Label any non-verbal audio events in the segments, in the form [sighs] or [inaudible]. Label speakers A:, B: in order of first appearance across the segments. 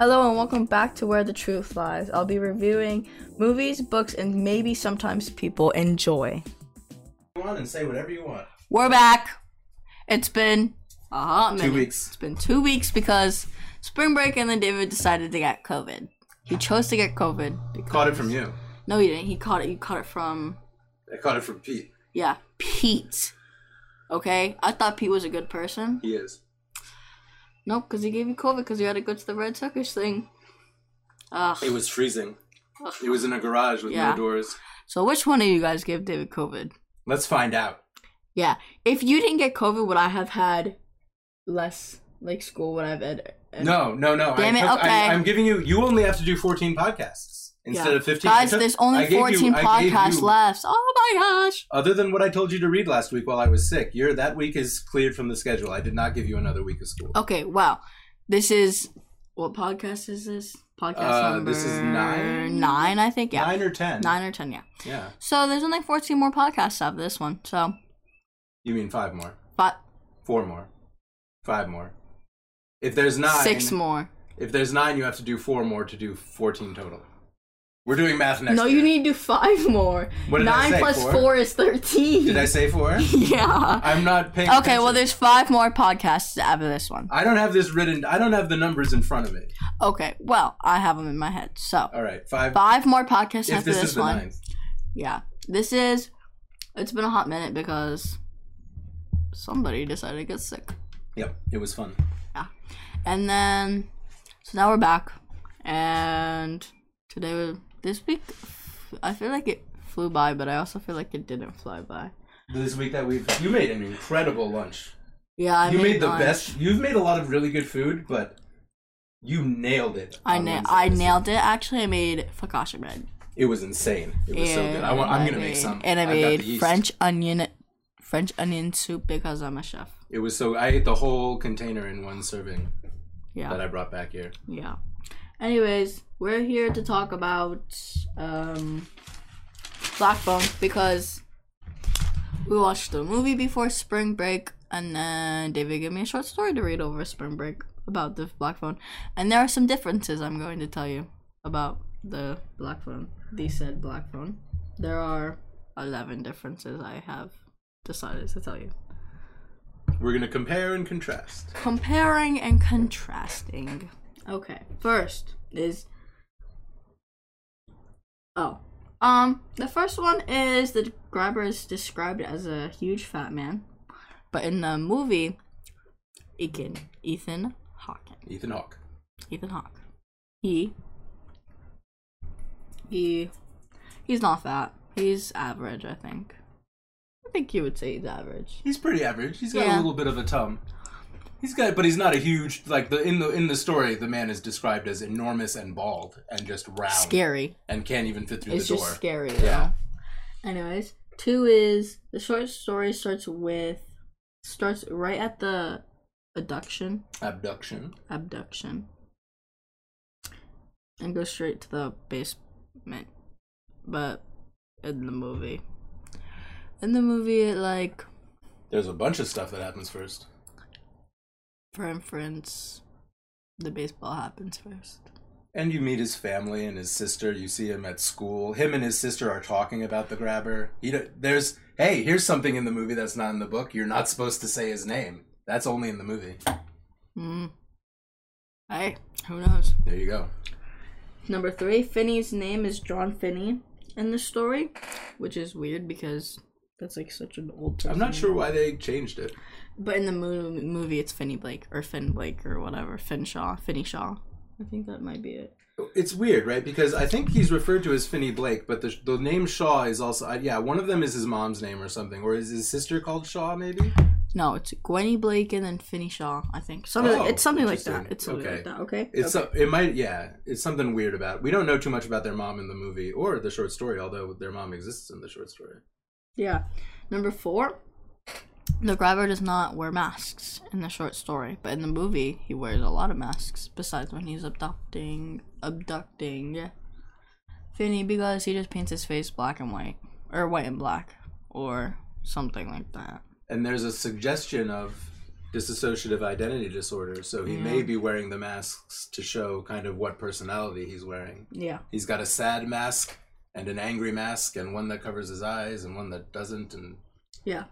A: Hello and welcome back to Where the Truth Lies. I'll be reviewing movies, books, and maybe sometimes people enjoy.
B: you want and say whatever you want.
A: We're back. It's been a hot minute.
B: weeks.
A: It's been two weeks because spring break and then David decided to get COVID. He chose to get COVID. Because,
B: Caught it from you.
A: No, he didn't. He caught it. You caught it from
B: I caught it from Pete.
A: yeah, Pete. Okay, I thought Pete was a good person.
B: He is.
A: Nope, because he gave you COVID because you had to go to the Red Suckers thing. Ugh.
B: It was freezing. It was in a garage with
A: Yeah.
B: no doors.
A: So which one of you guys gave David COVID?
B: Let's find out.
A: Yeah. If you didn't get COVID, would I have had less like school? Would I have had?
B: No, no, no.
A: Damn
B: I
A: it,
B: took-
A: okay.
B: I, am giving you. You only have to do 14 podcasts instead
A: Yeah.
B: of 15. I
A: Guys,
B: took-
A: there's
B: I
A: only
B: gave you-
A: 14
B: I gave
A: podcasts
B: you-
A: left. Oh my gosh.
B: Other than what I told you to read last week while I was sick, your that week is cleared from the schedule. I did not give you another week of school.
A: Okay. Wow. This is what podcast is this? Podcast
B: Uh,
A: number
B: this is nine?
A: Nine, I think. Yeah.
B: Nine or ten.
A: Nine or ten. Yeah.
B: Yeah.
A: So there's only 14 more podcasts after this one. So,
B: You mean five more,
A: but
B: four more, five more. If there's nine,
A: six more.
B: If there's nine, you have to do four more to do 14 total. We're doing math next.
A: No,
B: year.
A: you need to do five more.
B: What did I
A: Nine
B: say,
A: plus
B: four?
A: four is 13. [laughs]
B: Did I say four?
A: yeah.
B: [laughs] I'm not paying.
A: Okay, well,
B: attention.
A: there's five more podcasts after this one.
B: I don't have this written. I don't have the numbers in front of me.
A: Okay, well, I have them in my head. So,
B: All right, five.
A: five more podcasts
B: if
A: after
B: this,
A: this,
B: is the
A: one.
B: ninth,
A: Yeah. This is. It's been a hot minute because somebody decided to get sick.
B: yep, it was fun.
A: And then. So now we're back. And today, was, this week, I feel like it flew by, but I also feel like it didn't fly by.
B: This week that we've you made an incredible lunch.
A: Yeah, I
B: you made, the
A: lunch.
B: best. You've made a lot of really good food, but you nailed it.
A: I,
B: on
A: na-
B: Wednesday
A: I
B: this week.
A: nailed it. Actually, I made focaccia bread.
B: It was insane. It was so good. I want,
A: And
B: I'm gonna
A: made-
B: make some.
A: And I
B: I've got the
A: made
B: yeast.
A: French onion, French onion soup because I'm a chef.
B: It was so. I ate the whole container in one serving that
A: Yeah,
B: I brought back here.
A: yeah. Anyways, we're here to talk about um, Blackbone because we watched the movie before spring break, and then David gave me a short story to read over spring break about the Blackbone, and there are some differences I'm going to tell you about the Blackbone. The said Blackbone. There are eleven differences I have decided to tell you.
B: We're gonna compare and contrast.
A: comparing and contrasting. Okay. First is Oh. Um the first one is the grabber is described as a huge fat man, but in the movie Ethan Ethan Hawke.
B: Ethan Hawke.
A: Ethan Hawke. He he he's not fat. He's average, I think. I think you would say he's average.
B: He's pretty average. He's got
A: Yeah.
B: a little bit of a tum. He's got, but he's not a huge like the in the in the story. The man is described as enormous and bald and just round
A: Scary.
B: and can't even fit through
A: it's
B: the door.
A: just scary.
B: Yeah.
A: Yeah. Anyways, two is the short story starts with starts right at the abduction
B: Abduction.
A: abduction and goes straight to the basement, but in the movie, in the movie, it like
B: There's a bunch of stuff that happens first.
A: for inference, the baseball happens first.
B: And you meet his family and his sister. You see him at school. Him and his sister are talking about the grabber. He do- there's hey, here's something in the movie that's not in the book. You're not supposed to say his name. That's only in the movie.
A: Hmm. Hey, who knows?
B: There you go.
A: Number three, Finney's name is John Finney in the story, which is weird because that's like such an old.
B: I'm
A: Person.
B: not sure why they changed it.
A: But in the mo- movie, it's Finney Blake or Finn Blake or whatever, Finn Shaw, Finney Shaw. I think that might be it.
B: It's weird, right? Because I think he's referred to as Finney Blake, but the, the name Shaw is also uh, yeah. One of them is his mom's name or something, or is his sister called Shaw? Maybe
A: No, it's Gwenny Blake and then Finney Shaw. I think something.
B: Oh,
A: it's something like
B: interesting.
A: that. It's something
B: Okay.
A: like that. Okay.
B: it's
A: okay.
B: so- it might yeah. It's something weird about. It. We don't know too much about their mom in the movie or the short story, although their mom exists in the short story.
A: yeah. Number four, the grabber does not wear masks in the short story, but in the movie, he wears a lot of masks. Besides when he's abducting, abducting Finney because he just paints his face black and white, or white and black, or something like that.
B: And there's a suggestion of dissociative identity disorder, so he
A: Yeah.
B: may be wearing the masks to show kind of what personality he's wearing.
A: Yeah.
B: He's got a sad mask and an angry mask and one that covers his eyes and one that doesn't and
A: Yeah.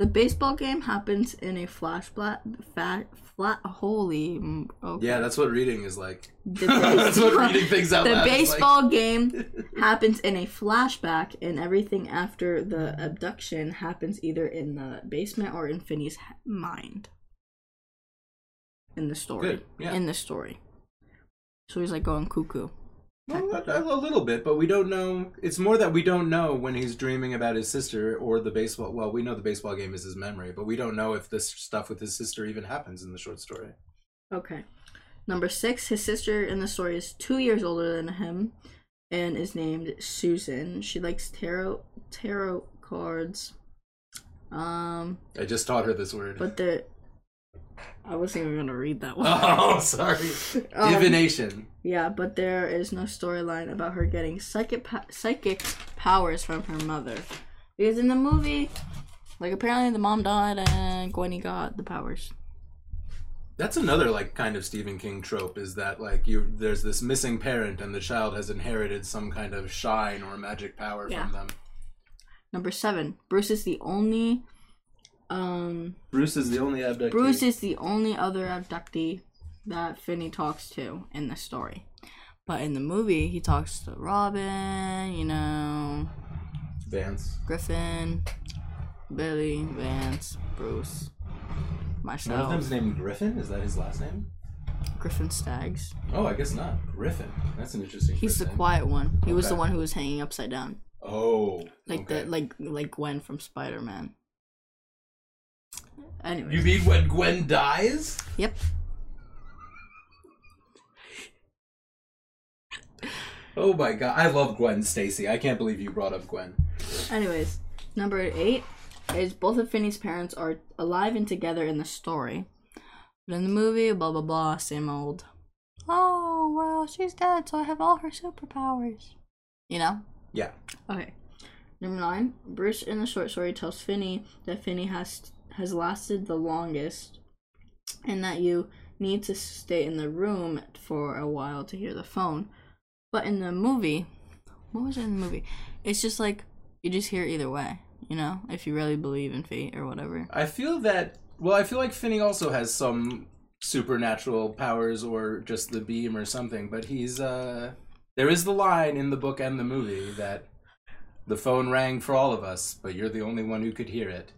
A: The baseball game happens in a flash flat fat flat holy mm, okay.
B: yeah, that's what reading is like.
A: The
B: [laughs] that's what
A: baseball-
B: reading things out
A: the
B: loud is like.
A: baseball game happens in a flashback, and everything after the abduction happens either in the basement or in Finney's h- mind. In the story.
B: Good, yeah.
A: In the story. So he's like going cuckoo.
B: Well, [laughs] a, a little bit, but we don't know. It's more that we don't know when he's dreaming about his sister or the baseball. Well, we know the baseball game is his memory, but we don't know if this stuff with his sister even happens in the short story.
A: Okay. Number six, his sister in the story is two years older than him and is named Susan. She likes tarot tarot cards. Um
B: I just taught her this word.
A: but the I wasn't even gonna read that one.
B: [laughs] oh, sorry.
A: [laughs] Um,
B: Divination.
A: Yeah, but there is no storyline about her getting psychic po- psychic powers from her mother. Because in the movie, like apparently the mom died and Gwenny got the powers.
B: That's another like kind of Stephen King trope is that like you there's this missing parent and the child has inherited some kind of shine or magic power
A: Yeah.
B: from them.
A: Number seven, Bruce is the only, um,
B: Bruce is the only abductee.
A: Bruce is the only other abductee that Finney talks to in the story. But in the movie, he talks to Robin, you know,
B: Vance.
A: Griffin, Billy, Vance, Bruce,
B: One of
A: myself,
B: them's named Griffin. Is that his last name?
A: Griffin Staggs.
B: Oh, I guess not. Griffin. That's an interesting.
A: He's
B: first
A: the
B: name.
A: quiet one. He was the
B: Okay.
A: one who was hanging upside down,
B: Oh,
A: like
B: okay.
A: the like like Gwen from Spider Man. Anyway,
B: You mean when Gwen dies?
A: yep.
B: Oh my god, I love Gwen Stacy. I can't believe you brought up Gwen.
A: Anyways, number eight is both of Finney's parents are alive and together in the story, but in the movie, blah blah blah, same old. Oh well, she's dead, so I have all her superpowers. You know.
B: Yeah.
A: Okay. Number nine, Bruce in the short story tells Finny that Finny has has lasted the longest, and that you need to stay in the room for a while to hear the phone. But in the movie, what was it in the movie? It's just like you just hear either way, you know, if you really believe in fate or whatever.
B: I feel that. Well, I feel like Finney also has some supernatural powers or just the beam or something, but he's. uh There is the line in the book and the movie that the phone rang for all of us, but you're the only one who could hear it.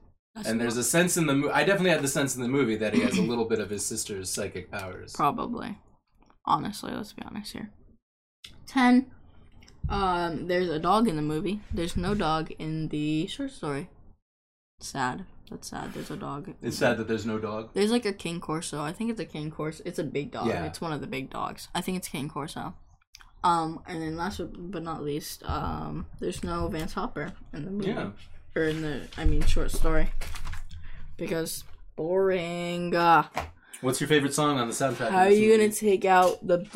B: and there's a sense in the movie. I definitely had the sense in the movie that he has a little bit of his sister's psychic powers.
A: Probably. Honestly, let's be honest here. Ten. Um, there's a dog in the movie. There's no dog in the short story. Sad. That's sad. There's a dog.
B: it's sad that there's no dog.
A: There's like a king corso. I think it's a king corso. It's a big dog.
B: Yeah.
A: It's one of the big dogs. I think it's king corso. Um, and then last but but not least, um, there's no Vance Hopper in the movie
B: Yeah.
A: or in the I mean short story because boring. Uh,
B: What's your favorite song on the soundtrack?
A: how
B: of
A: are
B: this
A: you
B: movie?
A: gonna take out the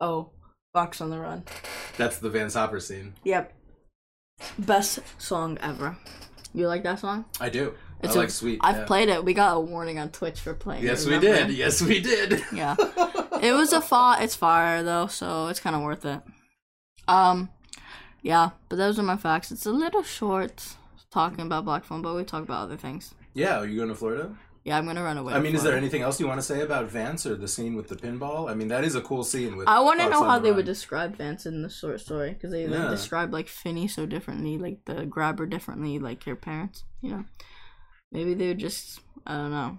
A: oh box on the run?
B: That's the Van Hopper scene.
A: Yep, best song ever. You like that song?
B: I do.
A: It's
B: I
A: a-
B: like Sweet.
A: I've
B: yeah.
A: played it. We got a warning on Twitch for playing. it,
B: Yes, we
A: remember?
B: did. Yes, we did. [laughs]
A: Yeah. it was a fa it's fire though, so it's kinda worth it. Um yeah, but those are my facts. It's a little short talking about black phone, but we talk about other things.
B: Yeah, are you going to Florida?
A: Yeah, I'm gonna run away.
B: I mean,
A: from
B: is there
A: it.
B: anything else you want to say about Vance or the scene with the pinball? I mean, that is a cool scene with.
A: I want to
B: Fox
A: know
B: on
A: how
B: the
A: they
B: Run.
A: would describe Vance in the short story because they like,
B: Yeah.
A: describe like Finney so differently, like the grabber differently, like your parents. You know, maybe they would just I don't know.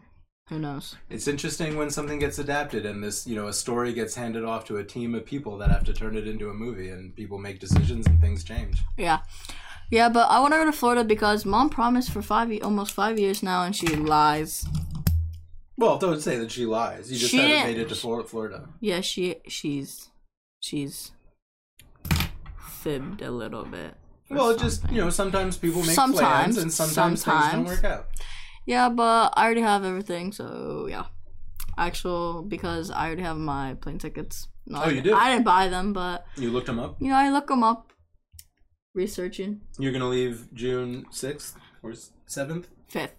A: Who knows?
B: It's interesting when something gets adapted and this, you know, a story gets handed off to a team of people that have to turn it into a movie, and people make decisions and things change.
A: Yeah. Yeah, but I want to go to Florida because mom promised for five, ye- almost five years now, and she lies.
B: Well, don't say that she lies. You just
A: She
B: haven't
A: didn't-
B: made it to Flor- Florida.
A: Yeah, she she's she's fibbed a little bit. or
B: Well, just
A: something.
B: you know, sometimes people make
A: Sometimes.
B: plans, and sometimes, things
A: Sometimes.
B: don't work out.
A: Yeah, but I already have everything, so yeah. Actual because I already have my plane tickets. No,
B: Oh, you do?
A: I didn't buy them, but
B: You looked them up.
A: you know I look them up, researching.
B: You're gonna leave June sixth or seventh.
A: Fifth,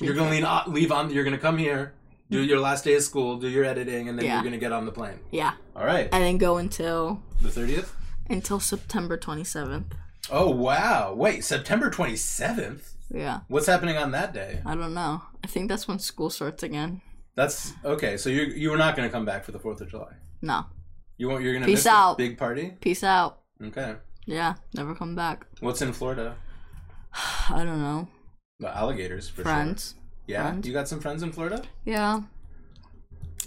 B: You're gonna lean, uh, leave on. You're gonna come here, do your last day of school, do your editing, and then
A: Yeah.
B: you're gonna get on the plane.
A: Yeah,
B: All right,
A: and then go until
B: the thirtieth.
A: until September 27th.
B: Oh wow! Wait, September twenty seventh.
A: Yeah,
B: What's happening on that day?
A: I don't know. I think that's when school starts again.
B: That's okay. So you you were not gonna come back for the Fourth of July.
A: No,
B: You won't. You're gonna
A: Peace
B: miss the
A: out.
B: big party.
A: peace out.
B: Okay.
A: Yeah, never come back. [sighs]
B: What's in Florida?
A: I don't know.
B: Well, alligators for sure.
A: Friends.
B: Yeah,
A: Friends.
B: you got some friends in Florida.
A: Yeah.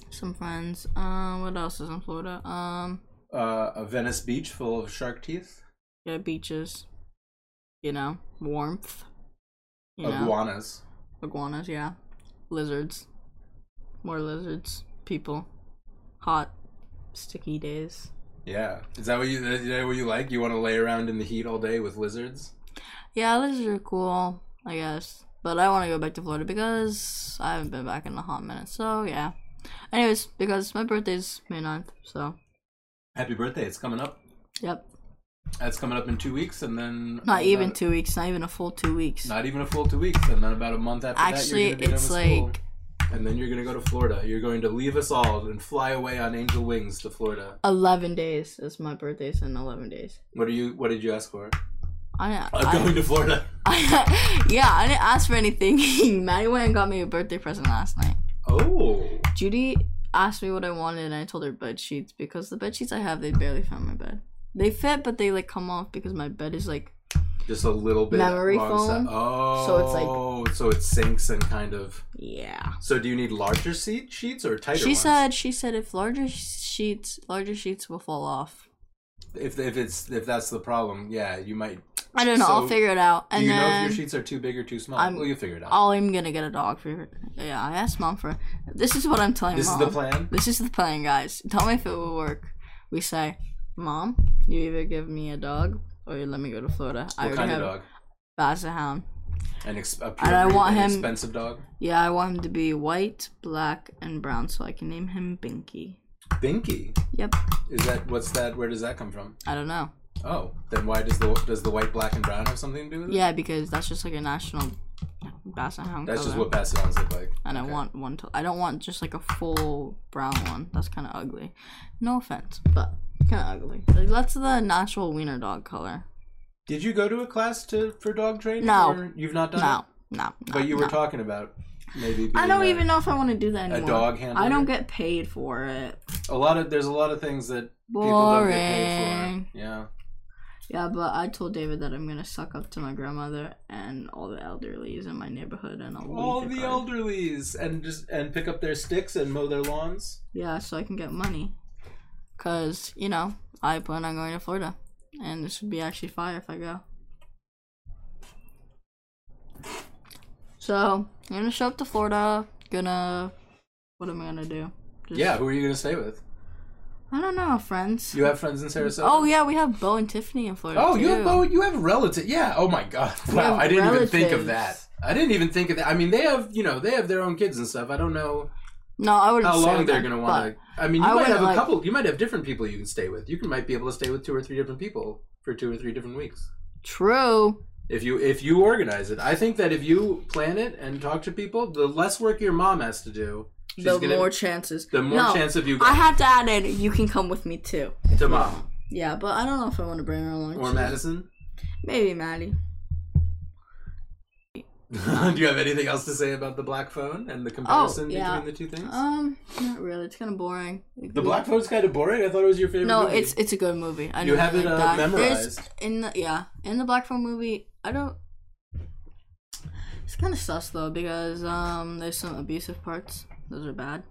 A: Some friends. Um, what else is in Florida? Um,
B: Uh, a Venice beach full of shark teeth,
A: yeah, beaches. You know, warmth. You know,
B: iguanas.
A: iguanas. Yeah, lizards. More lizards. People. Hot, sticky days.
B: Yeah, is that what you? Is that what you like? You want to lay around in the heat all day with lizards?
A: Yeah, lizards are cool. I guess, but I want to go back to Florida because I haven't been back in a hot minute. So yeah. Anyways, because my birthday's May 9th, so
B: Happy birthday! It's coming up.
A: yep.
B: That's coming up in two weeks, and then
A: Not even
B: about-
A: two weeks. Not even a full two weeks.
B: not even a full two weeks, and then about a month after
A: Actually,
B: that, you're gonna be
A: it's
B: done with
A: like-
B: school. and then you're gonna go to Florida. You're going to leave us all and fly away on angel wings to Florida.
A: 11 days. It's my birthday's in 11 days.
B: What are you? What did you ask for?
A: I,
B: [laughs] I'm
A: I,
B: going to Florida.
A: [laughs] yeah, I didn't ask for anything. [laughs] Maddie went and got me a birthday present last night.
B: Oh,
A: Judy asked me what I wanted, and I told her bed sheets because the bed sheets I have, they barely fit my bed. They fit, but they like come off because my bed is like,
B: just a little bit
A: Memory
B: long si-
A: foam.
B: Oh,
A: So it's like-
B: so it sinks and kind of.
A: yeah.
B: So do you need larger seat sheets or tighter?
A: She
B: ones?
A: said, she said if larger sheets, larger sheets will fall off.
B: if if it's if that's the problem, yeah, you might.
A: I don't know. I'll
B: So,
A: figure it out.
B: Do
A: And
B: you know
A: then
B: if your sheets are too big or too small?
A: I'm-
B: well, you figure it out.
A: I'll, I'm gonna get a dog for. Yeah, I asked mom for. This is what I'm telling
B: this
A: mom.
B: is the plan.
A: This is the plan, guys. Tell me if it will work. We say, Mom, you either give me a dog or you let me go to Florida. I already
B: What kind of
A: have
B: dog?
A: Basset Hound.
B: An ex- a
A: I
B: pure breed,
A: want
B: an
A: him-
B: expensive dog.
A: Yeah, I want him to be white, black, and brown so I can name him Binky.
B: Binky.
A: Yep.
B: Is that what's that? Where does that come from?
A: I don't know.
B: Oh, then why does the does the white, black, and brown have something to do with it?
A: Yeah, because that's just like a national Basset Hound
B: That's
A: color.
B: just what basset hounds look like.
A: and
B: Okay.
A: I want one to. I don't want just like a full brown one. That's kind of ugly. No offense, but kind of ugly. Like that's the natural wiener dog color.
B: Did you go to a class to for dog training?
A: No.
B: or you've not done
A: No,
B: it.
A: no, no.
B: But you were
A: no.
B: talking about maybe. Being
A: I don't
B: a,
A: even know if I want to do that
B: a
A: anymore.
B: dog handler.
A: I don't get paid for it.
B: a lot of. There's a lot of things that people don't get paid
A: Boring.
B: for. Yeah.
A: Yeah, but I told David that I'm gonna suck up to my grandmother and all the elderlies in my neighborhood, and I'll
B: all
A: leave
B: the
A: the card.
B: elderlies and just and pick up their sticks and mow their lawns.
A: yeah, so I can get money. Cause you know I plan on going to Florida, and this would be actually fire if I go. So I'm gonna show up to Florida. Gonna, what am I gonna do? Just-
B: Yeah, who are you gonna stay with?
A: I don't know, friends.
B: You have friends in Sarasota.
A: Oh yeah, we have Bo and Tiffany in Florida.
B: Oh, you
A: too.
B: have oh, you have relatives. Yeah. Oh my God. Wow.
A: have
B: I didn't even think of that.
A: relatives.
B: I didn't even think of that. I mean, they have you know they have their own kids and stuff. I don't know
A: No, I wouldn't.
B: how
A: stay
B: long
A: with
B: they're
A: them,
B: gonna want
A: but-
B: to. I mean, you
A: I
B: might have
A: wouldn't,
B: a
A: like-
B: couple. You might have different people you can stay with. You can might be able to stay with two or three different people for two or three different weeks.
A: True.
B: If you if you organize it, I think that if you plan it and talk to people, the less work your mom has to do. She's
A: the
B: gonna-
A: more chances.
B: the more
A: no,
B: chance of you
A: I have to add in. You can come with me too.
B: to mom
A: Yeah, but I don't know if I want to bring her along.
B: or
A: too.
B: Madison. [laughs]
A: Maybe Maddie.
B: Do you have anything else to say about the black phone and the comparison
A: Oh, yeah.
B: between the two things?
A: Um, not really. It's kind of boring.
B: the black phone's kind of boring. I thought it was your favorite.
A: No,
B: movie.
A: it's it's a good movie. I
B: You
A: really
B: have it,
A: like
B: uh,
A: that.
B: memorized.
A: There's- in the yeah in the Black Phone movie. I don't. It's kind of sus though because um there's some abusive parts. Those are bad.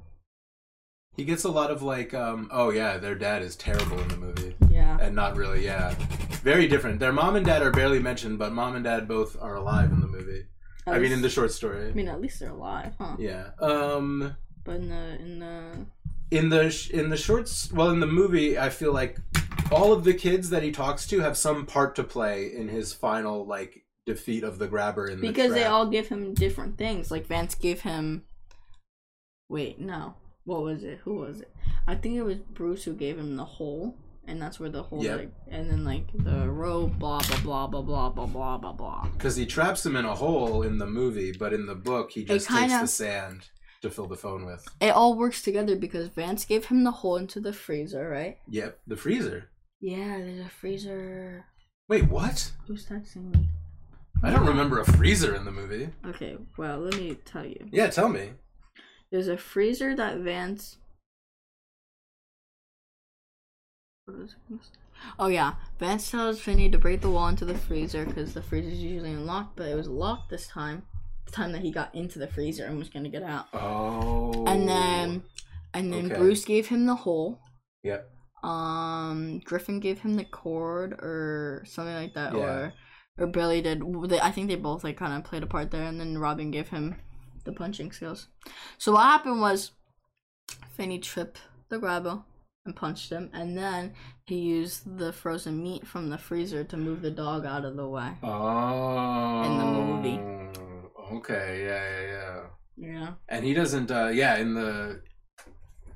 B: he gets a lot of like, um, oh yeah, their dad is terrible in the movie,
A: Yeah.
B: and not really, yeah, very different. Their mom and dad are barely mentioned, but mom and dad both are alive in the movie. I mean, in the short story,
A: I mean, at least they're alive, huh?
B: yeah. Um,
A: But in the in the
B: in the sh- in the shorts well in the movie i feel like all of the kids that he talks to have some part to play in his final like defeat of the grabber in
A: because
B: the
A: they
B: trap.
A: all give him different things. Like Vance gave him. Wait, no. What was it? Who was it? I think it was Bruce who gave him the hole, and that's where the whole
B: Yep.
A: like and then like the rope blah blah blah blah blah blah blah blah blah.
B: Because he traps him in a hole in the movie, but in the book, he just takes
A: kinda-
B: the sand to fill the phone with.
A: It all works together because Vance gave him the hole into the freezer, right?
B: Yep, the freezer.
A: Yeah, there's a freezer.
B: Wait, what?
A: Who's texting me?
B: I don't remember a freezer in the movie.
A: Okay, well let me tell you.
B: Yeah, tell me.
A: There's a freezer that Vance. What was I gonna say? Oh yeah, Vance tells Finny to break the wall into the freezer because the freezer's usually unlocked, but it was locked this time. The time that he got into the freezer and was gonna get out,
B: Oh.
A: and then, and then
B: Okay.
A: Bruce gave him the hole.
B: Yep.
A: Um, Griffin gave him the cord or something like that,
B: Yeah.
A: or or Billy did. W- They, I think they both like kind of played a part there, and then Robin gave him the punching skills. So what happened was, Finny tripped the grabber and punched him, and then he used the frozen meat from the freezer to move the dog out of the way.
B: Oh.
A: movie.
B: Okay, yeah, yeah, yeah.
A: Yeah.
B: And he doesn't, uh, yeah, in the.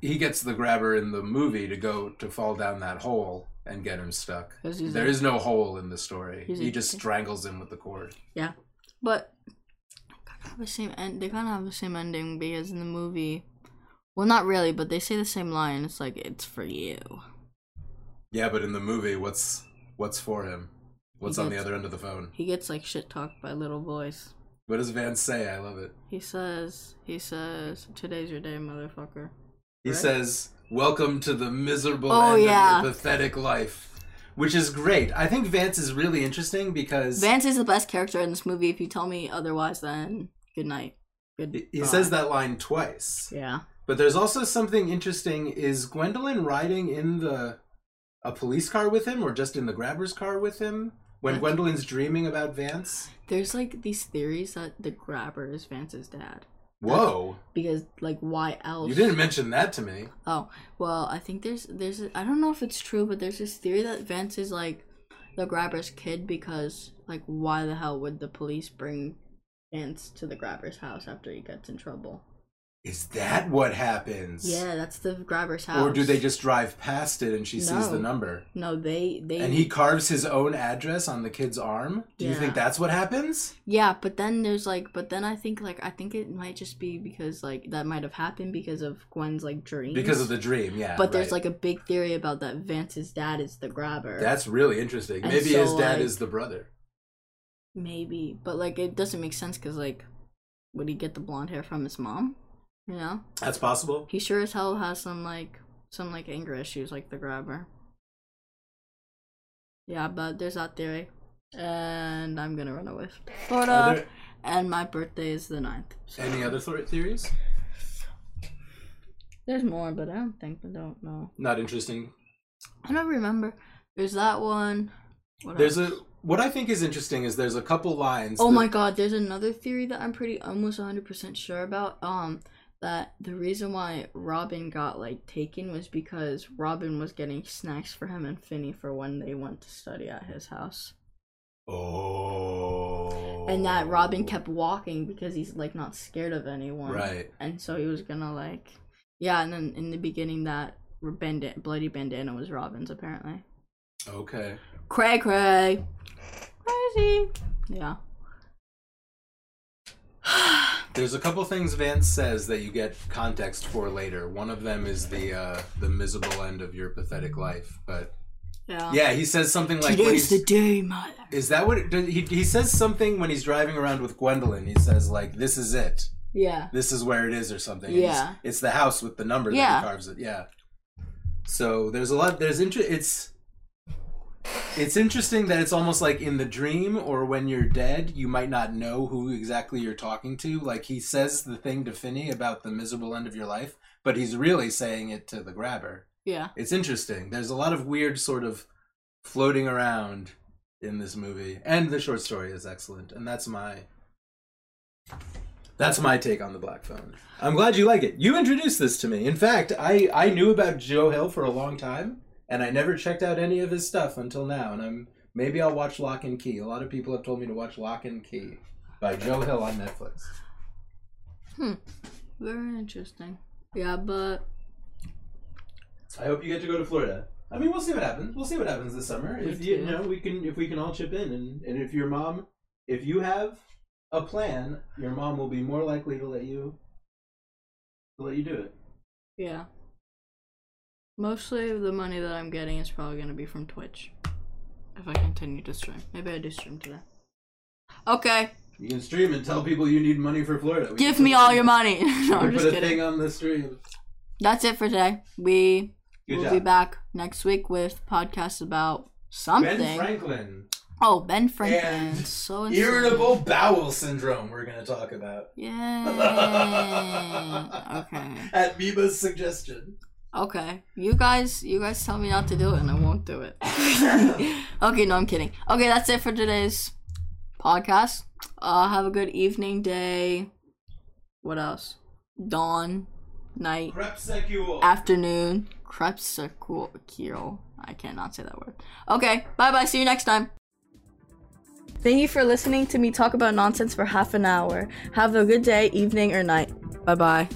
B: He gets the grabber in the movie to go to fall down that hole and get him stuck.
A: Because he's
B: There
A: like-
B: is no hole in the story.
A: He's a-
B: He just strangles him with the cord.
A: But kinda have the same end. They kind of have the same ending because in the movie, well, not really, but they say the same line. It's like it's for you.
B: Yeah, but in the movie, what's what's for him? What's on the
A: gets-
B: other end of the phone?
A: He gets like shit talked by little boys.
B: What does Vance say? I love it.
A: He says, he says, today's your day, motherfucker.
B: He
A: Right.
B: says, "Welcome to the miserable
A: Oh,
B: end
A: yeah.
B: of your pathetic life," which is great. I think Vance is really interesting because
A: Vance is the best character in this movie. If you tell me otherwise, then good night. Good.
B: he- he
A: bye.
B: says that line twice.
A: Yeah.
B: But there's also something interesting: is Gwendolyn riding in the a police car with him, or just in the grabber's car with him? When
A: That's-
B: Gwendolyn's dreaming about Vance,
A: There's like these theories that the grabber is Vance's dad
B: whoa!
A: because like why else?
B: You didn't mention that to me.
A: Oh well, I think there's there's I don't know if it's true, but there's this theory that Vance is like the grabber's kid because like why the hell would the police bring Vance to the grabber's house after he gets in trouble?
B: Is that what happens?
A: Yeah, that's the grabber's house.
B: Or do they just drive past it and she sees
A: No.
B: the number?
A: No, they they
B: And he carves his own address on the kid's arm? Do you think
A: Yeah.
B: that's what happens?
A: Yeah, but then there's like but then I think like I think it might just be because like that might have happened because of Gwen's like dreams.
B: Because of the dream, yeah.
A: But there's
B: right.
A: like a big theory about that Vance's dad is the grabber.
B: That's really interesting.
A: And
B: Maybe
A: so,
B: his dad
A: like-
B: is the brother.
A: Maybe, but like it doesn't make sense because like, would he get the blonde hair from his mom? You know,
B: That's possible.
A: he sure as hell has some like some like anger issues, like the grabber. Yeah, but there's that theory, and I'm gonna run away from
B: Are
A: Florida,
B: there
A: and my birthday is the 9th. so-
B: any other thor- theories?
A: There's more, but I don't think I don't know.
B: Not interesting.
A: I don't remember. There's that one. What
B: There's
A: else?
B: a what I think is interesting is there's a couple lines.
A: Oh
B: that-
A: my god, there's another theory that I'm pretty almost 100% sure about. Um, that the reason why Robin got like taken was because Robin was getting snacks for him and Finny for when they went to study at his house,
B: Oh.
A: and that Robin kept walking because he's like not scared of anyone,
B: Right.
A: And so he was gonna like, yeah. And then in the beginning, that banda- bloody bandana was Robin's apparently.
B: Okay.
A: Cray cray, crazy. Yeah. [sighs]
B: There's a couple things Vance says that you get context for later. One of them is the uh, the miserable end of your pathetic life. But
A: Yeah.
B: yeah, he says something like, when
A: Today's
B: he's-
A: the day, mother.
B: "Is that what?" It, he he says something when he's driving around with Gwendolyn. He says like, "This is it.
A: Yeah.
B: This is where it is," or something. And it's-
A: Yeah.
B: it's, the house with the number that
A: Yeah.
B: he carves it. Yeah. So there's a lot. There's inter- It's it's interesting that it's almost like in the dream or when you're dead, you might not know who exactly you're talking to. Like he says the thing to Finney about the miserable end of your life, but he's really saying it to the grabber.
A: Yeah.
B: It's interesting. There's a lot of weird sort of floating around in this movie, and the short story is excellent. And that's my that's my take on the Black Phone. I'm glad you like it. You introduced this to me. In fact, I I knew about Joe Hill for a long time, and I never checked out any of his stuff until now. And I'm maybe I'll watch Lock and Key. A lot of people have told me to watch Lock and Key by Joe Hill on Netflix.
A: Very interesting. Yeah, but
B: I hope you get to go to Florida. I mean, we'll see what happens. We'll see what happens this summer.
A: Me
B: If you,
A: too.
B: you know, we can if we can all chip in, and and if your mom, if you have a plan, your mom will be more likely to let you to let you do it.
A: Yeah. Mostly of the money that I'm getting is probably going to be from Twitch. If I continue to stream. Maybe I do stream today. Okay.
B: You can stream and tell people you need money for Florida. We
A: Give
B: can
A: me
B: put-
A: all your money. [laughs] no,
B: we
A: I'm
B: put
A: just
B: a
A: kidding.
B: thing on the stream.
A: That's it for today. We
B: Good
A: will
B: job.
A: be back next week with podcasts about something.
B: Ben Franklin,
A: oh, Ben Franklin.
C: And
A: so insane.
C: Irritable bowel syndrome. We're gonna talk about.
A: Yeah. [laughs] okay.
C: At Biba's suggestion.
A: Okay. You guys, you guys tell me not to do it, and I won't do it. okay, no, I'm kidding. Okay, that's it for today's podcast. Uh, have a good evening, day. What else? Dawn, night,
B: Crepsecule.
A: afternoon, crepuscle. I cannot say that word. Okay, bye bye. See you next time. Thank you for listening to me talk about nonsense for half an hour. Have a good day, evening, or night. Bye bye.